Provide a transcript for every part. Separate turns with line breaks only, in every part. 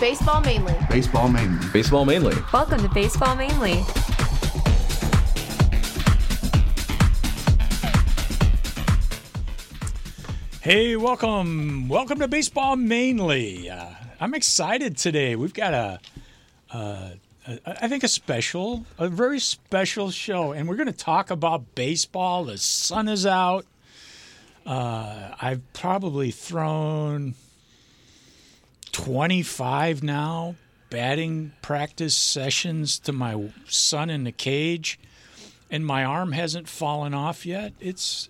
Baseball mainly.
Baseball mainly.
Baseball mainly.
Welcome to Baseball Mainly.
Hey, welcome. Welcome to Baseball Mainly. Uh, I'm excited today. We've got a, uh, a, I think a special, a very special show, and we're going to talk about baseball. The sun is out. Uh, I've probably thrown 25 now batting practice sessions to my son in the cage, and my arm hasn't fallen off yet. It's,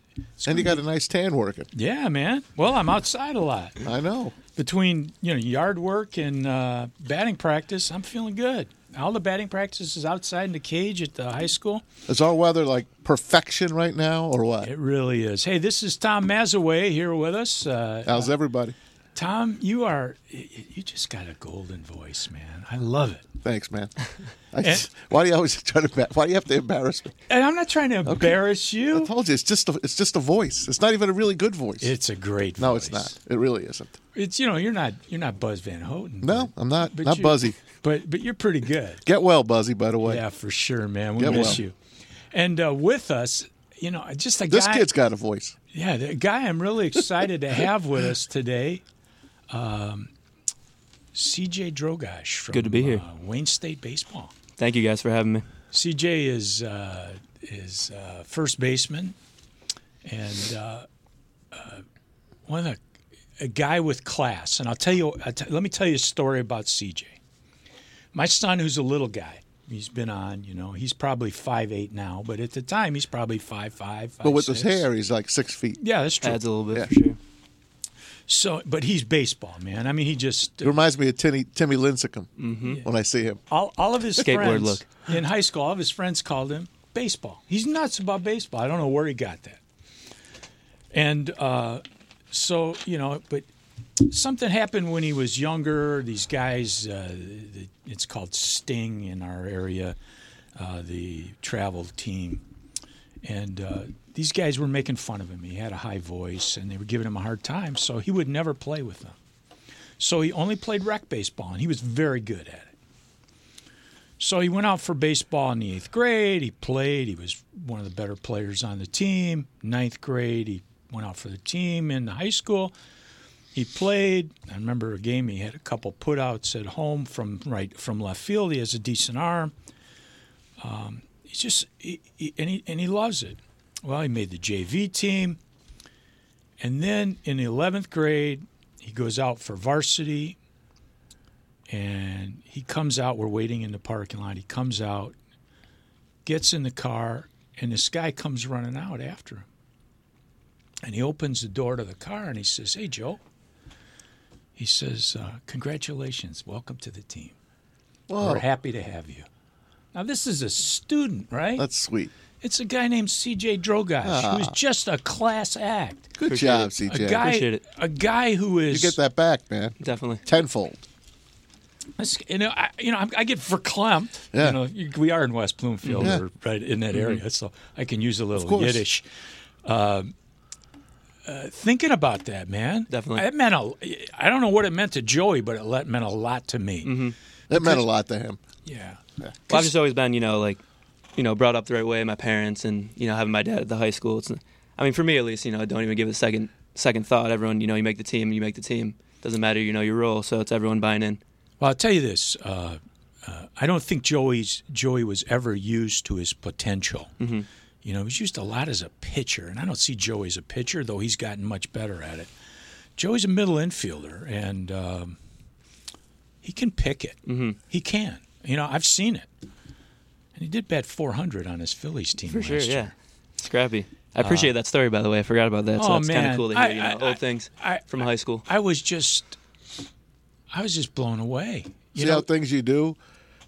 And you got a nice tan working.
yeah, man. Well, I'm outside a lot
I know.
between you know yard work and uh, batting practice, I'm feeling good. All the batting practice is outside in the cage at the high school.
Is our weather like perfection right now or what?
It really is. Hey, this is Tom Mazaway here with us. Uh,
How's everybody?
Tom, you are you just got a golden voice, man. I love it.
Thanks, man.
Eh?
I, why do you always try to? embar- Why do you have to embarrass me?
And I'm not trying to embarrass
I
you.
told you it's just a, it's just a voice. It's not even a really good voice.
It's a great.
no,
voice.
it's not. It really isn't.
It's you know you're not you're not Buzz Van Houten.
No,
but-
I'm not.
but
Not
you-
Buzzy.
But but you're pretty good.
Get well, Buzzy. By the way,
Yeah, for sure, man. We
Yeah,
miss
well.
you. And uh, with us, you know, just a
this
guy.
kid's got a voice.
Yeah, the guy I'm really excited to have with us today, um, CJ Drogash from
Good to be here.
uh, Wayne State Baseball.
Thank you guys for having me.
CJ is uh, is uh, first baseman, and uh, uh, one of the, a guy with class. And I'll tell you, I'll t- let me tell you a story about CJ. My son, who's a little guy, he's been on. You know, he's probably five eight now, but at the time he's probably five five.
But with
six.
his hair, he's like six feet.
yeah, that's true.
Adds a little bit
Yeah.
for sure.
So, but he's baseball, man. I mean, he just
It reminds me of Timmy, Timmy Lincecum
Mm-hmm.
when I see him.
all, all of his
Skateboard
friends
look.
in high school, all of his friends called him baseball. He's nuts about baseball. I don't know where he got that. And uh, so you know, but something happened when he was younger. These guys, uh, the, it's called Sting in our area, uh, the travel team, and uh, these guys were making fun of him. He had a high voice, and they were giving him a hard time. So he would never play with them. So he only played rec baseball, and he was very good at it. So he went out for baseball in the eighth grade. He played. He was one of the better players on the team. Ninth grade, he went out for the team in high school. He played. I remember a game he had a couple putouts at home from right from left field. He has a decent arm. Um, he's just he, he, and he and he loves it. Well, he made the JV team, and then in the eleventh grade, he goes out for varsity and he comes out. We're waiting in the parking lot. He comes out, gets in the car, and this guy comes running out after him. And he opens the door to the car and he says, Hey, Joe. He says, uh, Congratulations. Welcome to the team.
Whoa,
We're happy to have you. Now, this is a student, right?
that's sweet.
it's a guy named CJ Drogash, who's just a class act.
Ah. Good
Appreciate
job,
it.
A
CJ.
guy,
Appreciate it.
a guy who
you
is
get that back, man.
Definitely.
Tenfold.
That's, you know, I, you know, I'm, I get verklempt.
Yeah.
You know, you, we are in West Bloomfield,
Yeah. Mm-hmm.
or right in that area, so I can use a little
course.
Yiddish. Um, uh, thinking about that, man,
Definitely.
It meant a. I don't know what it meant to Joey, but it let, meant a lot to me.
Mm-hmm. That meant a lot to him.
Yeah.
Well, I've just always been, you know, like, you know, brought up the right way, my parents, and you know, having my dad at the high school. It's, I mean, for me at least, you know, I don't even give it a second second thought. Everyone, you know, you make the team, you make the team. Doesn't matter, you know, your role. So it's everyone buying in.
Well, I'll tell you this. Uh, uh, I don't think Joey's Joey was ever used to his potential. You know, he was used a lot as a pitcher, and I don't see Joey as a pitcher, though he's gotten much better at it. Joey's a middle infielder, and um, he can pick it. Mm-hmm. He can. You know, I've seen it. And he did bat 400 on his Phillies team
For
last
sure,
year.
yeah. Scrappy. I appreciate
Uh,
that story, by the way. I forgot about that. So
Oh,
that's kind
man.
of cool to
I-
hear, you know,
I- I-
old things
I-
from high school.
I was just, I was just blown away. You
See
know,
how things you do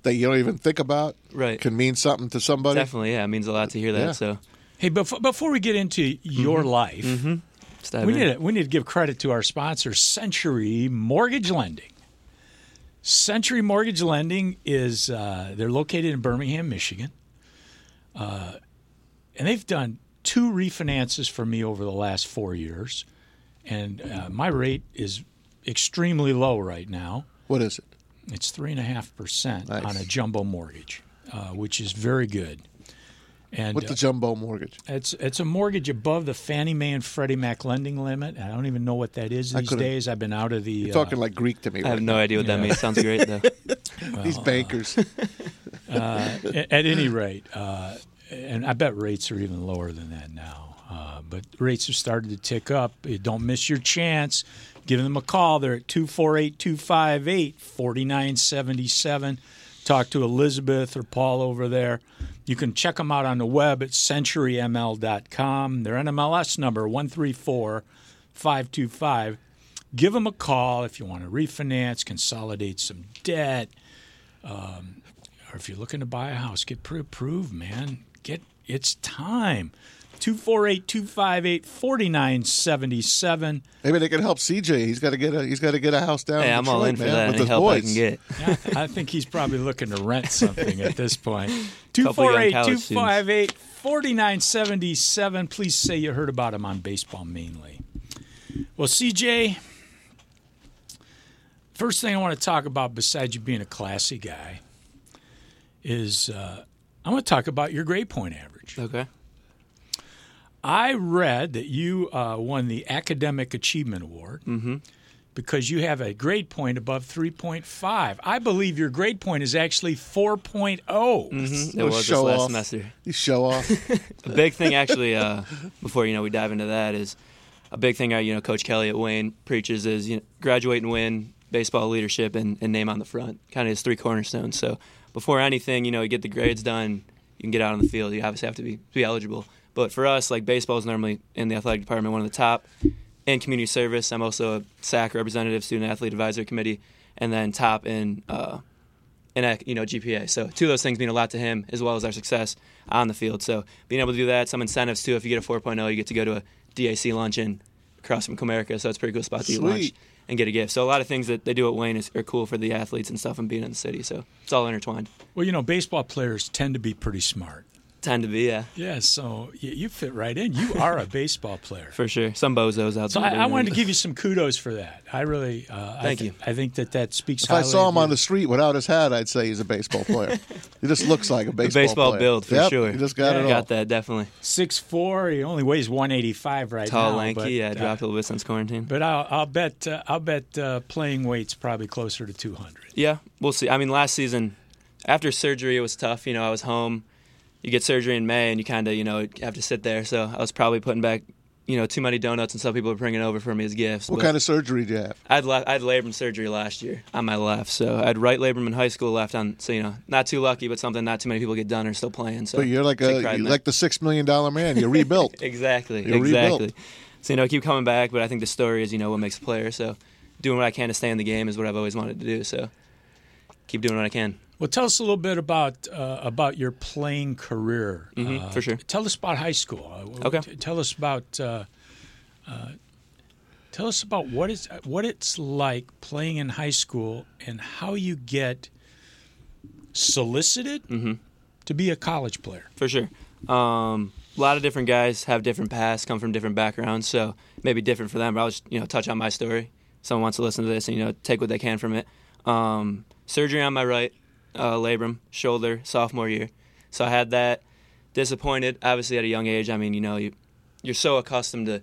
that you don't even think about
Right.
can mean something to somebody.
Definitely, yeah. It means a lot to hear that.
Yeah.
So
hey, before, before we get into your life,
just dive
we
in.
need to, we need to give credit to our sponsor, Century Mortgage Lending. Century Mortgage Lending is uh, they're located in Birmingham, Michigan, uh, and they've done two refinances for me over the last four years, and uh, my rate is extremely low right now.
What is it?
It's three and a half percent
Nice.
on a jumbo mortgage, uh, which is very good. And
What's
uh,
the jumbo mortgage?
it's it's a mortgage above the Fannie Mae and Freddie Mac lending limit. I don't even know what that is these
could've-
days. I've been out of the.
You're talking like Greek to me.
I have
right
no idea what that
Yeah.
means. Sounds great though.
now. These bankers.
at, at any rate, uh, and I bet rates are even lower than that now. Uh, but rates have started to tick up. You don't miss your chance. Give them a call. They're at 248 258 4977. Talk to Elizabeth or Paul over there. You can check them out on the web at centuryml.com. Their NMLS number 134 525. Give them a call if you want to refinance, consolidate some debt, or if you're looking to buy a house, get pre-approved, man. Get it's time. 248-258-4977.
Maybe they can help CJ. He's got to get a. He's got to get a house down.
Hey,
in
I'm all
Detroit,
in for
man,
that.
With
Any
his
help
boys.
I can get.
Yeah, I think he's probably looking to rent something at this point.
Couple young college
248-258-4977. Please say you heard about him on baseball mainly. Well, CJ, first thing I want to talk about besides you being a classy guy is uh, I want to talk about your grade point average.
Okay.
I read that you uh, won the Academic Achievement Award
Mm-hmm.
because you have a grade point above 3.5. I believe your grade point is actually oh. 4.0.
It
Little
was this
show
last
off.
semester.
You show off.
A big thing actually, uh, before you know we dive into that is a big thing. uh, You know, Coach Kelly at Wayne preaches is you know, graduate and win baseball leadership and, and name on the front. Kind of his three cornerstones. So before anything, you know, you get the grades done, you can get out on the field. You obviously have to be be eligible. But for us, like baseball is normally in the athletic department one of the top. In community service, I'm also a SAC representative, student athlete advisory committee, and then top in uh, and uh, you know GPA. So two of those things mean a lot to him as well as our success on the field. So being able to do that, some incentives too. If you get a 4.0, you get to go to a DAC luncheon across from Comerica. So it's a pretty cool spot to eat lunch
Sweet.
and get a gift. So a lot of things that they do at Wayne is, are cool for the athletes and stuff and being in the city. So it's all intertwined.
Well, you know, baseball players tend to be pretty smart.
Time to be, yeah,
Yeah, so you, you fit right in. You are a baseball player.
for sure. Some bozos out
So
there.
I, I wanted to give you some kudos for that. I really, uh,
Thank
I
you.
I think that that speaks.
If I saw him on the
the.
street without his hat, I'd say he's a baseball player. he just looks like a baseball,
baseball
player.
build for
Yep,
sure.
He just got
Yeah,
it all.
Got that definitely.
six four. He only weighs one eighty five right
Tall,
now.
lanky.
but,
yeah,
uh,
dropped a little bit since quarantine.
But I'll, I'll bet uh, I'll bet uh, playing weight's probably closer to 200.
Yeah, we'll see. I mean, last season, after surgery, it was tough. You know, I was home. You get surgery in May, and you kind of, you know, have to sit there. So I was probably putting back, you know, too many donuts, and some people were bringing over for me as gifts.
What kind of surgery do you have?
I'd le- I'd labrum surgery last year on my left, so I'd right labrum in high school left on. So you know, not too lucky, but something not too many people get done or still playing. So
But you're like
take
a
pride in
you're
that.
like the six million dollar man. You're rebuilt.
Exactly.
You're rebuilt.
exactly. So you know, I keep coming back, but I think the story is you know what makes a player. So doing what I can to stay in the game is what I've always wanted to do. So keep doing what I can.
Well, tell us a little bit about uh, about your playing career. Uh,
for sure.
Tell us about high school. Uh, w-
Mm-hmm. Okay.
t- tell us about. Uh, uh, Tell us about what is what it's like playing in high school and how you get solicited to be a college player.
for sure. Um, a lot of different guys have different paths, come from different backgrounds, so maybe different for them. But I'll just you know touch on my story. Someone wants to listen to this and you know take what they can from it. Um, surgery on my right uh, labrum shoulder sophomore year, so I had that. Disappointed, obviously at a young age. I mean, you know, you you're so accustomed to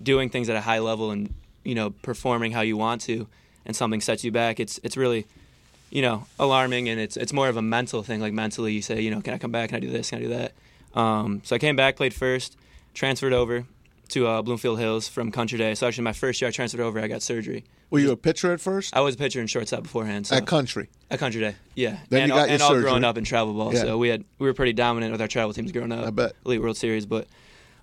doing things at a high level and you know performing how you want to, and something sets you back. It's it's really you know, alarming, and it's it's more of a mental thing. Like mentally, you say, you know, can I come back? Can I do this? Can I do that? Um, so I came back, played first, transferred over to uh, Bloomfield Hills from Country Day. So actually, my first year I transferred over, I got surgery.
Were you a pitcher at first?
I was a pitcher and shortstop beforehand. So
At country.
at Country Day, yeah.
Then
and
you got
all,
your
and all
surgery.
growing up in travel ball,
Yeah.
so we had we were pretty dominant with our travel teams growing up.
I bet.
Elite World Series, but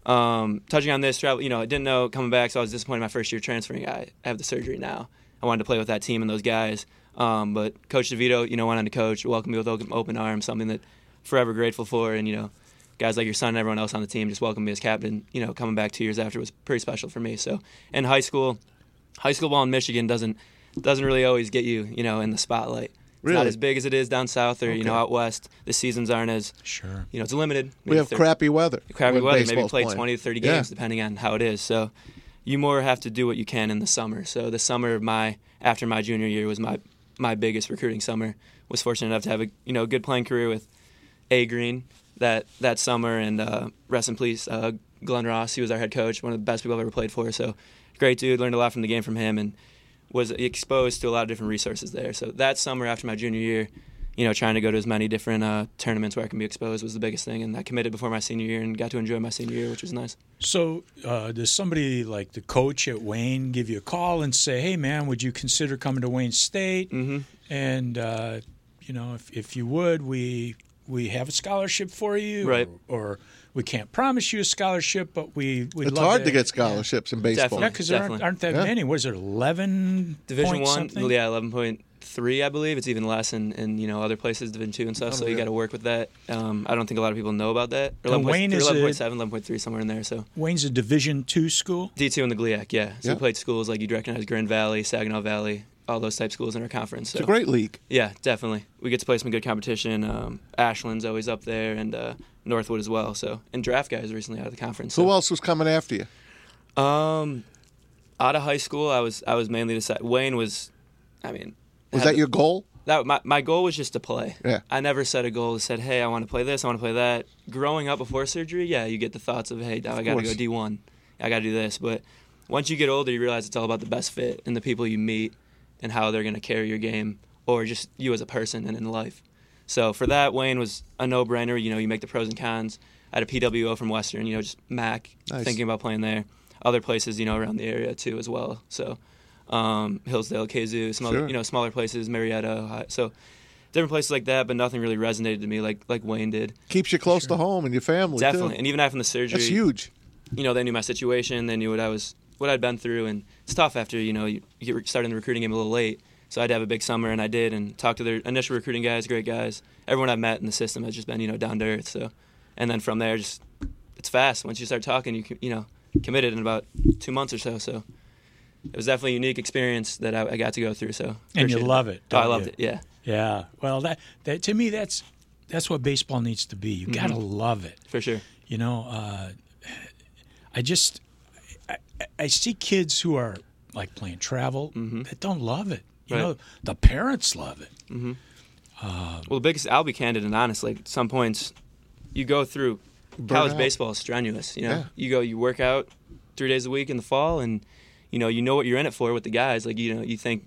um, touching on this travel, you know, I didn't know coming back, so I was disappointed my first year transferring. I have the surgery now. I wanted to play with that team and those guys, um, but Coach DeVito, you know, went on to coach, welcomed me with open, open arms, something that forever grateful for, and you know, guys like your son and everyone else on the team just welcomed me as captain. You know, coming back two years after was pretty special for me. So in high school, high school ball in Michigan doesn't doesn't really always get you, you know, in the spotlight. It's not
Really?
as big as it is down south or you know out west. The seasons aren't as
Sure.
you know it's limited.
We have crappy weather.
crappy
when
weather. Maybe
baseball's
play
playing.
twenty to thirty
Yeah.
games depending on how it is. So you more have to do what you can in the summer. So the summer of my after my junior year was my my biggest recruiting summer. Was fortunate enough to have a you know good playing career with A Green that that summer, and uh, rest in peace, uh, Glenn Ross. He was our head coach, one of the best people I've ever played for. So great dude. Learned a lot from the game from him, and was exposed to a lot of different resources there. So that summer after my junior year, you know, trying to go to as many different uh, tournaments where I can be exposed was the biggest thing, and I committed before my senior year and got to enjoy my senior year, which was nice.
So, uh, does somebody like the coach at Wayne give you a call and say, "Hey, man, would you consider coming to Wayne State?"
Mhm.
And uh, you know, if if you would, we we have a scholarship for you,
Right.
Or, or we can't promise you a scholarship, but we we'd
It's
love
hard to get scholarships in baseball.
Definitely.
Yeah, because there aren't,
Definitely.
aren't that
Yeah.
many. What is there, eleven?
Division
point
one,
something?
yeah, eleven point three, I believe. It's even less in, in you know other places, Division two and stuff. So you got to work with that. Um, I don't think a lot of people know about that. Or
And
11.3,
Wayne is a-
11.7, 11.3, somewhere in there. So
Wayne's a Division two school.
D two in the GLIAC, yeah. So
Yeah.
we played schools like you'd recognize Grand Valley, Saginaw Valley, all those type schools in our conference. So
It's a great league.
yeah, definitely, we get to play some good competition. Um, Ashland's always up there, and uh, Northwood as well. So and draft guys recently out of the conference.
Who
so.
else was coming after you?
Um, out of high school, I was I was mainly the side. Wayne was, I mean,
Was
had
that your goal?
That my my goal was just to play.
Yeah.
I never set a goal that said, "Hey, I want to play this. I want to play that." Growing up before surgery, yeah, you get the thoughts of, "Hey, now I got to
course.
go D one. I got to do this." But once you get older, you realize it's all about the best fit and the people you meet and how they're going to carry your game or just you as a person and in life. So for that, Wayne was a no-brainer. You know, you make the pros and cons. I had a PWO from Western. You know, just Mac
Nice.
thinking about playing there. Other places, you know, around the area too as well. So um, Hillsdale, Kazoo, some
Sure.
other you know smaller places, Marietta, Ohio. so different places like that. But nothing really resonated to me like like Wayne did.
Keeps you close to home and your family.
Definitely,
Too.
and even after the surgery,
That's huge.
you know, they knew my situation. They knew what I was, what I'd been through, and it's tough after you know you you get started in the recruiting game a little late. So I had to have a big summer, and I did, and talked to their initial recruiting guys, great guys. Everyone I've met in the system has just been you know down to earth. So, and then from there, just it's fast. Once you start talking, you c- you know committed in about two months or so. So. It was definitely a unique experience that I, I got to go through. So
And you
appreciate
love it,
Oh, I
don't
loved
you?
it. Yeah,
Yeah. Well, that that to me, that's that's what baseball needs to be. You
Mm-hmm.
gotta love it.
for sure.
You know, uh, I just I, I see kids who are like playing travel that don't love it. You
Right.
know, the parents love it.
Well, the biggest, I'll be candid and honest. Like, at some points, you go through college
out.
baseball is strenuous. You know,
Yeah.
you go, you work out three days a week in the fall, and you know, you know what you're in it for with the guys. Like, you know, you think,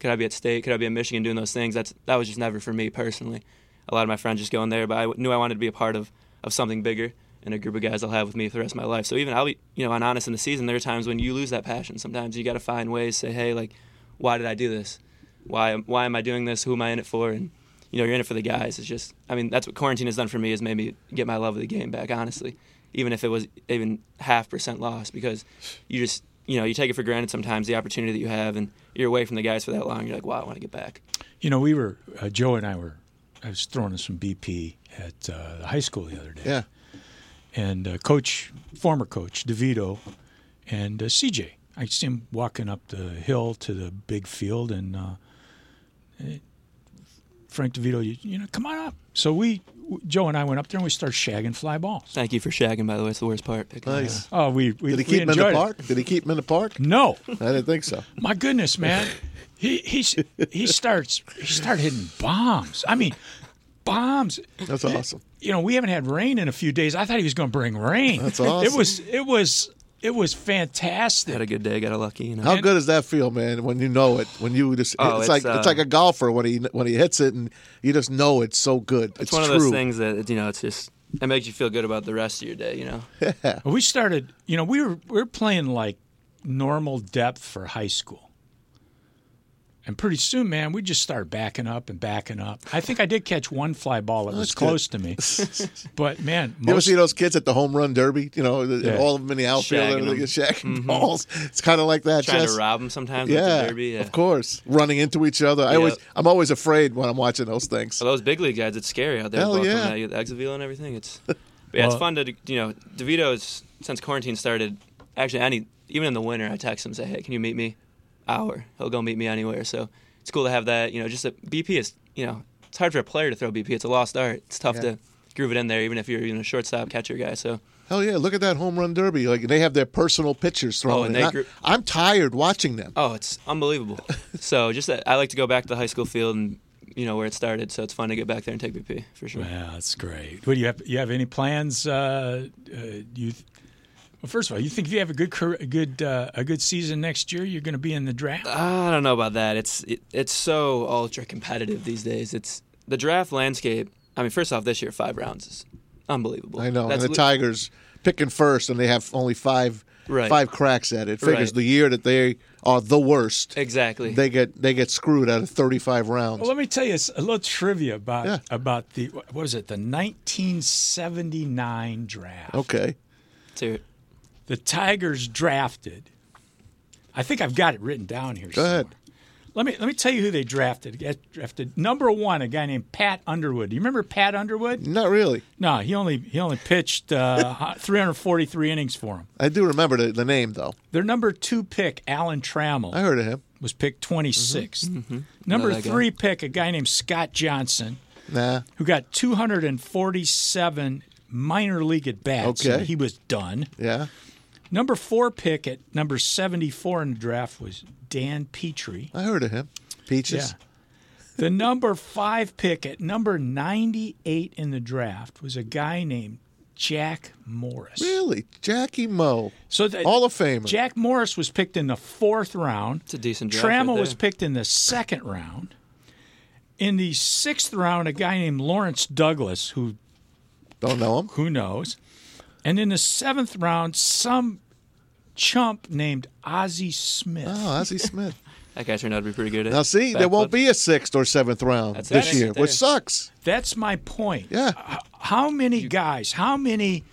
could I be at state? Could I be at Michigan doing those things? That's that was just never for me personally. A lot of my friends just going there, but I knew I wanted to be a part of of something bigger and a group of guys I'll have with me for the rest of my life. So even I'll be, you know, and honest in the season, there are times when you lose that passion. Sometimes you got to find ways to say, hey, like, why did I do this? Why why am I doing this? Who am I in it for? And you know, you're in it for the guys. It's just, I mean, that's what quarantine has done for me is made me get my love of the game back, honestly. Even if it was even half percent loss, because you just, you know, you take it for granted sometimes the opportunity that you have, and you're away from the guys for that long. You're like, wow, I want to get back.
You know, we were uh, Joe and I were I was throwing us some BP at uh, the high school the other day,
Yeah.
and uh, coach, former coach Devito, and uh, CJ. I see him walking up the hill to the big field, and uh, eh, Frank Devito, you, you know, come on up. So we, Joe and I went up there and we started shagging fly balls.
Thank you for shagging, by the way. It's the worst part. Picking that
Nice.
up.
Oh, we
Did
we
he
we
keep him in the
enjoyed it.
park? Did he keep him in the park?
No,
I didn't think so.
my goodness, man, he he's, he starts he started hitting bombs. I mean, bombs.
That's awesome.
you know, we haven't had rain in a few days. I thought he was going to bring rain.
That's awesome.
It was it was it was
Had
fantastic.
a good day, got a lucky, you know.
How good does that feel, man? When you know it, when you just
Oh,
it's,
it's,
like
uh,
it's like a golfer when he when he hits it and you just know it's so good. It's,
It's one of
true.
those things that, you know, it's just, it makes you feel good about the rest of your day, you know.
We started, you know, we were we were playing like normal depth for high school. And pretty soon, man, we just started backing up and backing up. I think I did catch one fly ball that was
That's good.
close to me. But man,
You ever
most,
see those kids at the home run derby? You know, the-
Yeah.
all of them in the outfield
Shagging
and they
them. Mm-hmm.
get shacking balls. It's kind of like that.
Trying
just-
to rob them sometimes with
yeah,
the derby. Yeah.
of course, running into each other. I always,
Yep.
I'm always afraid when I'm watching those things.
Well, those big league guys, it's scary out there.
Hell
Hell
yeah.
yeah. That, Exaville and everything. It's but yeah, it's
Well-
fun to you know. Devito's since quarantine started. Actually, any even in the winter, I text him say, "Hey, can you meet me?" Hour, he'll go meet me anywhere. So it's cool to have that. You know, just a BP is you know, it's hard for a player to throw BP. It's a lost art. It's tough
Yeah.
to groove it in there, even if you're you know shortstop catcher guy. So
Hell yeah! Look at that home run derby. Like they have their personal pictures thrown.
Oh, and
in.
they
I-
grew-
I'm tired watching them.
oh, it's unbelievable. so just that, I like to go back to the high school field and you know where it started. So it's fun to get back there and take BP for sure.
Yeah, that's great. What do you have? You have any plans? Uh, uh, you, well, first of all, you think if you have a good, career, a good, uh, a good season next year, you're going to be in the draft.
Uh,
I don't know about that. It's it, it's so ultra competitive these days. It's the draft landscape. I mean, first off, this year five rounds is unbelievable.
I know.
That's
and the
li-
Tigers picking first, and they have only five
Right.
five cracks at it. Figures
Right.
the year that they are the worst,
Exactly.
they get they get screwed out of 35 rounds.
Well, let me tell you s- a little trivia about
Yeah.
about the what was it the 1979 draft.
okay.
Let's hear it.
The Tigers drafted. I think I've got it written down here.
Go ahead.
somewhere. Let me let me tell you who they drafted. Get- Drafted number one, a guy named Pat Underwood. Do you remember Pat Underwood?
Not really.
No, he only he only pitched uh, 343 innings for him.
I do remember the, the name though.
Their number two pick, Alan
I
Trammell,
heard Mm-hmm. of him.
was picked 26th. Number
that guy.
three pick, a guy named Scott Johnson,
Nah.
who got 247 minor league at bats.
Okay.
He was done.
Yeah.
Number four pick at number 74 in the draft was Dan Petrie.
I heard of him. Peaches.
The number five pick at number 98 in the draft was a guy named Jack Morris.
Really? Jackie Moe.
So the,
Hall of Famer.
Jack Morris was picked in the fourth round.
It's a decent draft.
Trammell
right
was
there.
picked in the second round. In the sixth round, a guy named Lawrence Douglas, who
Don't know him.
who knows, and in the seventh round, some chump named Ozzie Smith.
Oh, Ozzie Smith.
That guy turned out to be pretty good.
Now see, there won't be a sixth or seventh round
That's it.
this
That's
year,
it there.
which sucks.
That's my point.
Yeah.
H- How many guys? How many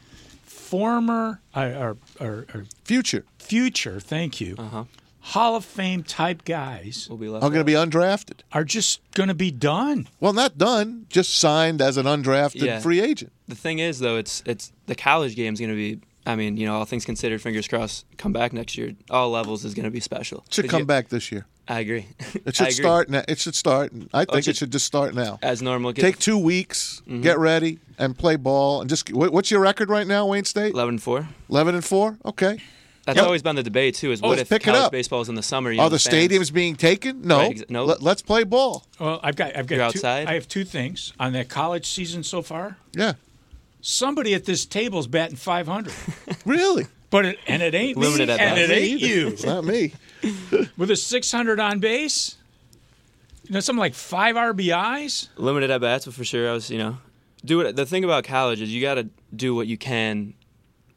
former or, or, or, or
Future.
future? Thank you.
Uh-huh. Oh.
Hall of Fame type guys
We'll be left.
I'm going to
out.
be undrafted.
are just going to be done.
Well, not done. Just signed as an undrafted
Yeah.
free agent.
the thing is though it's it's the college game's going to be i mean you know all things considered fingers crossed come back next year all levels is going to be special
Should
Did
come
you-
back this year.
i agree
It should
I agree. Oh,
start now. It should start. I think it
should- Mm-hmm.
should just start now.
as normal
Take two weeks, get ready, and play ball. And just what- what's your record right now, Wayne State?
11 4
Eleven and four. Okay.
that's always been the debate too is what
let's
if
pick it
college
up.
baseball's in the summer you know,
Are the
fans-
stadiums being taken? No.
Right, Oh. ex- no.
Let, us play ball.
Well, I've got I've got
You're
two,
outside?
I have two things on that college season so far.
Yeah.
Somebody at this table's batting 500,
Really?
but it, and it ain't me,
Limited at
and
bats.
it ain't you
It's not me.
with a 600 on base. You know, something like five RBIs.
limited at bats but for sure i was you know do what the thing about college is you got to do what you can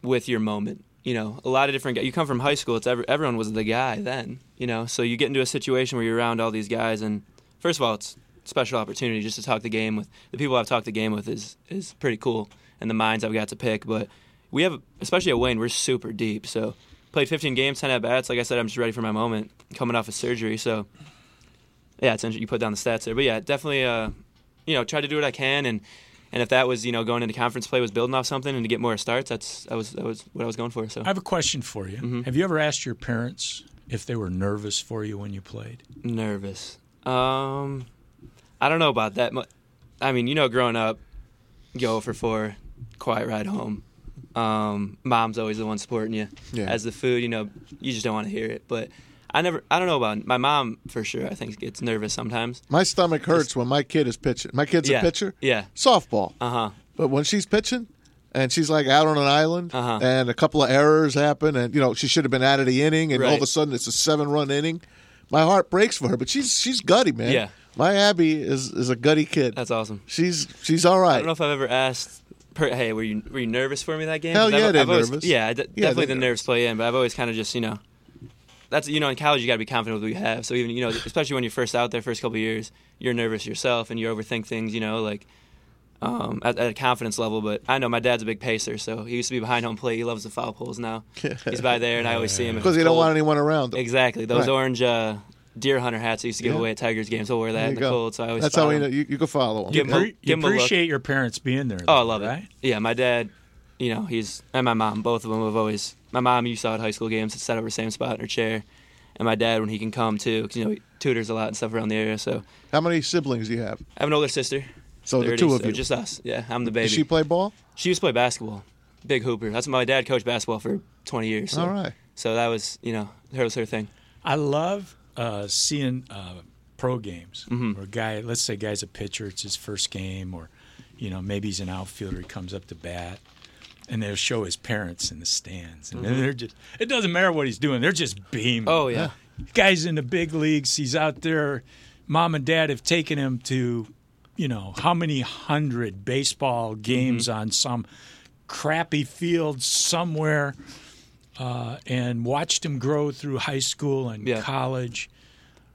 with your moment you know a lot of different guys you come from high school it's every, everyone was the guy then you know so you get into a situation where you're around all these guys and first of all it's a special opportunity just to talk the game with the people i've talked the game with is is pretty cool and the minds i've got to pick but we have especially at wayne we're super deep so played 15 games 10 at bats like i said i'm just ready for my moment coming off of surgery so yeah, it's interesting. You put down the stats there, but yeah, definitely. Uh, you know, try to do what I can, and and if that was you know going into conference play was building off something and to get more starts, that's that was that was what I was going for. So
I have a question for you.
Mm-hmm.
Have you ever asked your parents if they were nervous for you when you played?
nervous. Um, I don't know about that. mu- I mean, you know, growing up, go for four, quiet ride home. Um, mom's always the one supporting you.
Yeah.
As the food, you know, you just don't want to hear it. But I never, I don't know about my mom for sure. I think gets nervous sometimes.
My stomach hurts when my kid is pitching. My kid's
yeah.
a pitcher.
Yeah.
Softball.
Uh huh.
But when she's pitching and she's like out on an island
Uh-huh.
and a couple of errors happen and you know she should have been out of the inning and all of a
Right.
sudden it's a seven run inning, my heart breaks for her. But she's she's gutty, man.
Yeah.
My Abby is, is a gutty kid.
That's awesome.
she's she's all
I don't know
right.
if I've ever asked. Per, hey, were you were you nervous for me that game?
Hell
'Cause I've-
yeah, they're
I've always-
nervous.
Yeah, I d-
Yeah,
definitely
they're
the nerves play in, but I've always kind of just you know, that's you know in college you got to be confident with what you have. So even you know, especially when you're first out there, first couple of years, you're nervous yourself and you overthink things. You know, like um, at, at a confidence level. But I know my dad's a big pacer, so he used to be behind home plate. He loves the foul poles now. He's by there, and I always see him if
Because
it's
they don't
cold.
want anyone around them.
Exactly those
Right.
orange uh, deer hunter hats I used to give
Yeah.
away at Tigers games. I'll wear that
There
in
you
the
go.
cold. So I always
That's
spot
how we
him.
know you, you can follow them.
Give him a-
Appre- you
give 'em a look.
appreciate your parents being there.
Oh,
though,
I love
right?
it. Yeah, my dad, you know, he's and my mom, both of them have always. My mom, you saw at high school games, set over the same spot in her chair, and my dad when he can come too, 'cause, you know he tutors a lot and stuff around the area. So
How many siblings do you have?
I have an older sister,
So the
30s,
two of
so
you.
just us. Yeah, I'm the baby.
Does
She,
she play ball?
used to play basketball, big hooper. That's my dad coached basketball for 20 years. So,
All right.
So that was you know her was her thing.
I love uh, seeing uh, pro games
Mm-hmm.
where a guy, let's say, a guy's a pitcher, it's his first game, or you know maybe he's an outfielder, he comes up to bat, and they'll show his parents in the stands, and then they're just it doesn't matter what he's doing, they're just beaming.
Mm-hmm. Oh yeah.
guy's in the big leagues, he's out there. Mom and dad have taken him to, you know, how many hundred baseball games
Mm-hmm.
on some crappy field somewhere uh, and watched him grow through high school and
Yeah.
college.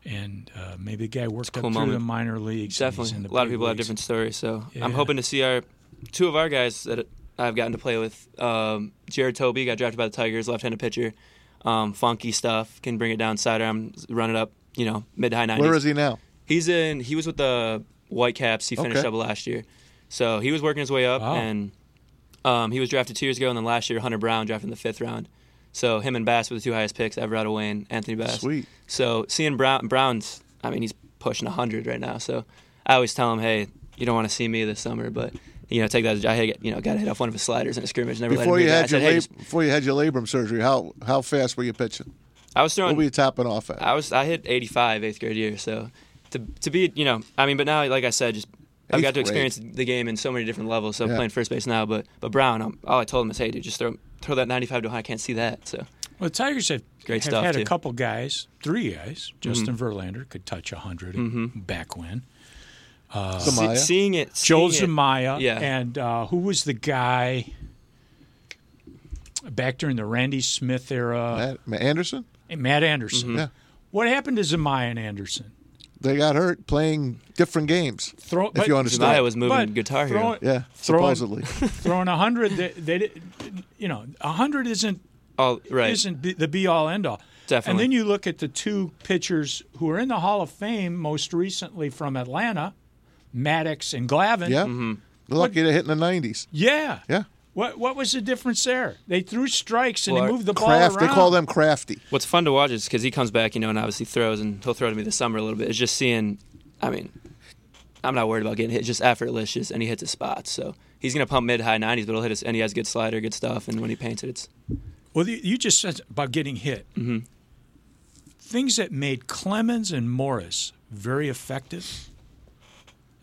And uh, maybe a guy worked up
cool
through the
moment.
minor leagues. and he's in
Definitely,
the
a lot of
big
people have
leagues.
different stories. So I'm
Yeah.
hoping to see our two of our guys that I've gotten to play with. Um, Jared Toby got drafted by the Tigers, left-handed pitcher, um, funky stuff, can bring it down sidearm, run it up, you know, mid to high 90s.
Where is he now?
He's in. He was with the Whitecaps. He finished
Okay.
up last year, so he was working his way up,
Wow.
and um, he was drafted two years ago. And then last year, Hunter Brown drafted in the fifth round. So him and Bass were the two highest picks ever out of Wayne. Anthony Bass.
Sweet.
So seeing Brown, Brown's. I mean, he's pushing hundred right now. So I always tell him, hey, you don't want to see me this summer, but you know, take that. I hit, you know, got to hit off one of his sliders in a scrimmage. Never
Before
let him
you
do that. I
had your
said, hey,
lab-
just-
before you had your labrum surgery, how how fast were you pitching?
I was
What
throwing
were you topping off at?
I was I hit 85 eighth grade year. So to to be you know I mean, but now like I said, just I've got to
Eighth grade.
experience the game in so many different levels. So
Yeah.
playing first base now, but but Brown, um all I told him is, hey, dude, just throw throw that 95 to high. I can't see that. So
Well, the Tigers have,
Great
have
stuff,
had a
too. Mm-hmm.
couple guys, three guys. Justin Verlander could touch 100 back when.
see-
Samaya?
seeing it, Mm-hmm. seeing
Joel
it-
Zamaya.
yeah.
And uh, who was the guy back during the Randy Smith era?
Matt- Anderson?
Matt, Anderson.
Hmm.
Yeah.
What happened to Zamaya and Anderson?
They got hurt playing different games.
Throw,
if you understand.
Zamaya was moving
but
Guitar Hero.
throwing-
yeah,
throwing-
supposedly.
Throwing a hundred, they, they, di- you know, a hundred isn't
all right,
isn't be- the be all end all. And
Definitely.
then you look at the two pitchers who are in the Hall of Fame most recently from Atlanta, Maddox and Glavin.
yeah.
Mm-hmm.
They're lucky to hit in the 90s.
Yeah.
Yeah.
What what was the difference there? They threw strikes and
Well,
they moved the ball
Craft.
around.
They call them crafty.
What's fun to watch is because he comes back, you know, and obviously throws, and he'll throw to me this summer a little bit. It's just seeing, I mean, I'm not worried about getting hit. Just effortless, just and he hits his spots. So he's gonna pump mid high 90s, but he'll hit his and he has good slider, good stuff, and when he paints it, it's
Well, you- you just said about getting hit.
Mm-hmm.
Things that made Clemens and Morris very effective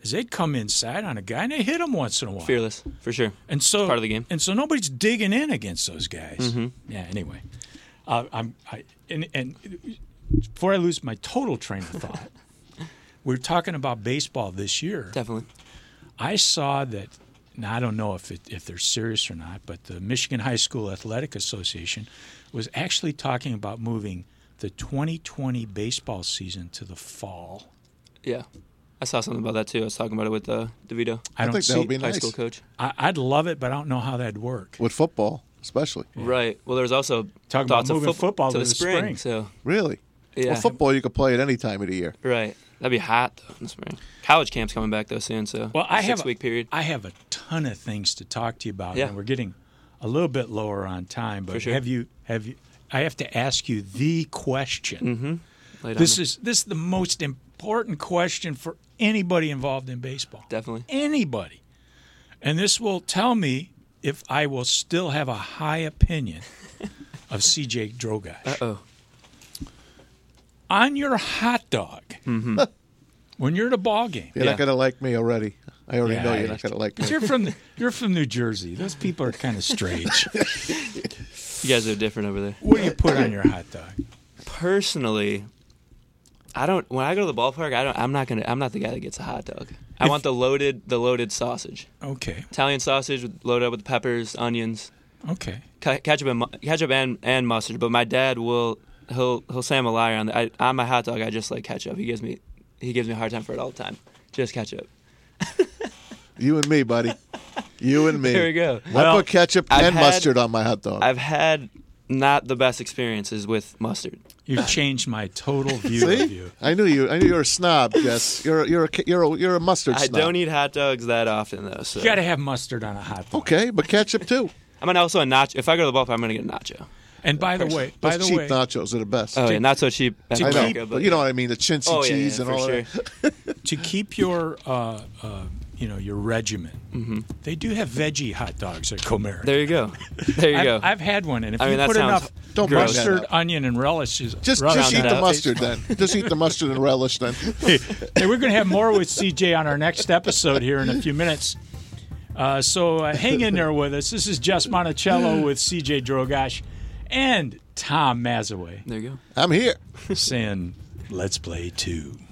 is they'd come inside on a guy and they hit him once in a while.
fearless for sure.
And so
Part of the game. Mm-hmm.
And so nobody's digging in against those guys. Yeah. Anyway, uh, I'm I, and and before I lose my total train of thought, we're talking about baseball this year.
Definitely.
I saw that. Now I don't know if it, if they're serious or not, but the Michigan High School Athletic Association was actually talking about moving the 2020 baseball season to the fall.
Yeah. I saw something about that too. I was talking about it with uh, DeVito,
I, don't
think that
see.
would be
high
nice.
school coach.
I, I'd love it, but I don't know how that'd work.
With football, especially.
Right. Well, there was also
Talking about
thoughts
moving
of
football
football, to the, spring,
spring.
So
Really?
Yeah.
Well, football you could play at any time of the year.
right, that'd be hot though in the spring. College camp's coming back though soon. So
Well, I have
six
a-
week period.
I have a ton of things to talk to you about,
Yeah.
and we're getting a little bit lower on time. But
sure.
have you have you? I have to ask you the question.
Mm-hmm. Laid on
This
it.
is this is the most important question for anybody involved in baseball.
definitely
Anybody, and this will tell me if I will still have a high opinion of C.J. Drogash.
oh
on your hot dog when you're at a ball game.
You're
Mm-hmm. Yeah.
not going to like me already. I already
Yeah,
know you're
I-
not going to like me.
Because you're from you're from New Jersey. Those people are kind of strange.
you guys are different over there.
What do you put on your hot dog?
Personally, I don't. When I go to the ballpark, I don't. I'm not gonna. I'm not the guy that gets a hot dog. I want the loaded, the loaded sausage,
Okay,
Italian sausage, with- loaded up with peppers, onions,
okay.
ca- ketchup and mu- ketchup and, and mustard. But my dad will he'll he'll say I'm a liar on that. I, on my hot dog. I just like ketchup. He gives me he gives me a hard time for it all the time. Just ketchup.
You and me, buddy. You and me.
There we go.
I
Well,
put ketchup
I've
and
had-
mustard on my hot dog.
I've had not the best experiences with mustard.
You've changed my total view of
See?
you.
I knew you. I knew you were a snob, Jess. You're a- you're a ca- you're a, you're a mustard
I
snob.
don't e- eat hot dogs that often though. So
You got to have mustard on a hot dog.
Okay, but ketchup too.
I mean, also a nacho. If I go to the ballpark, I'm gonna get a nacho.
And by the way, by
Those
the
cheap
way,
nachos are the best.
Oh
I
yeah, Oh, not so cheap. in
I
know,
America,
but you know what I mean. The chintzy
oh yeah, yeah,
cheese and
for
all
sure.
that.
to keep your uh, uh, you know your regimen. Mm-hmm. They do have veggie hot dogs at Comerica.
There you go. There you
I've,
go.
I've had one, and if
I mean,
you
that
put
sounds
enough
Don't
gross.
mind
mustard, onion, and relishes,
Just,
relish
just
on
eat
that,
the
out.
mustard then. Just eat the mustard and relish then.
hey, we're going to have more with CJ on our next episode here in a few minutes. Uh, so uh, hang in there with us. This is Jess Monticello with CJ Drogash and Tom Mazaway
There you go.
I'm here.
saying, let's play two.